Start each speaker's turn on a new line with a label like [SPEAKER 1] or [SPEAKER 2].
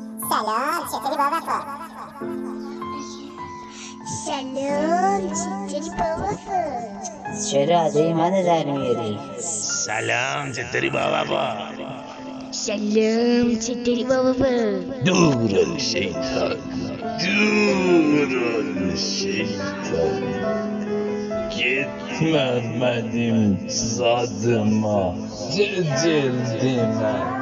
[SPEAKER 1] Shalom, çeteli babası.
[SPEAKER 2] Shalom, çiftçi babası.
[SPEAKER 3] Şöyle adayım hadi derim yeri.
[SPEAKER 4] سلام چطوری بابا با
[SPEAKER 2] Shalom, çiftçi babası.
[SPEAKER 4] دوران شیطان دوران شیطان Gitmemedim zadıma Cicildime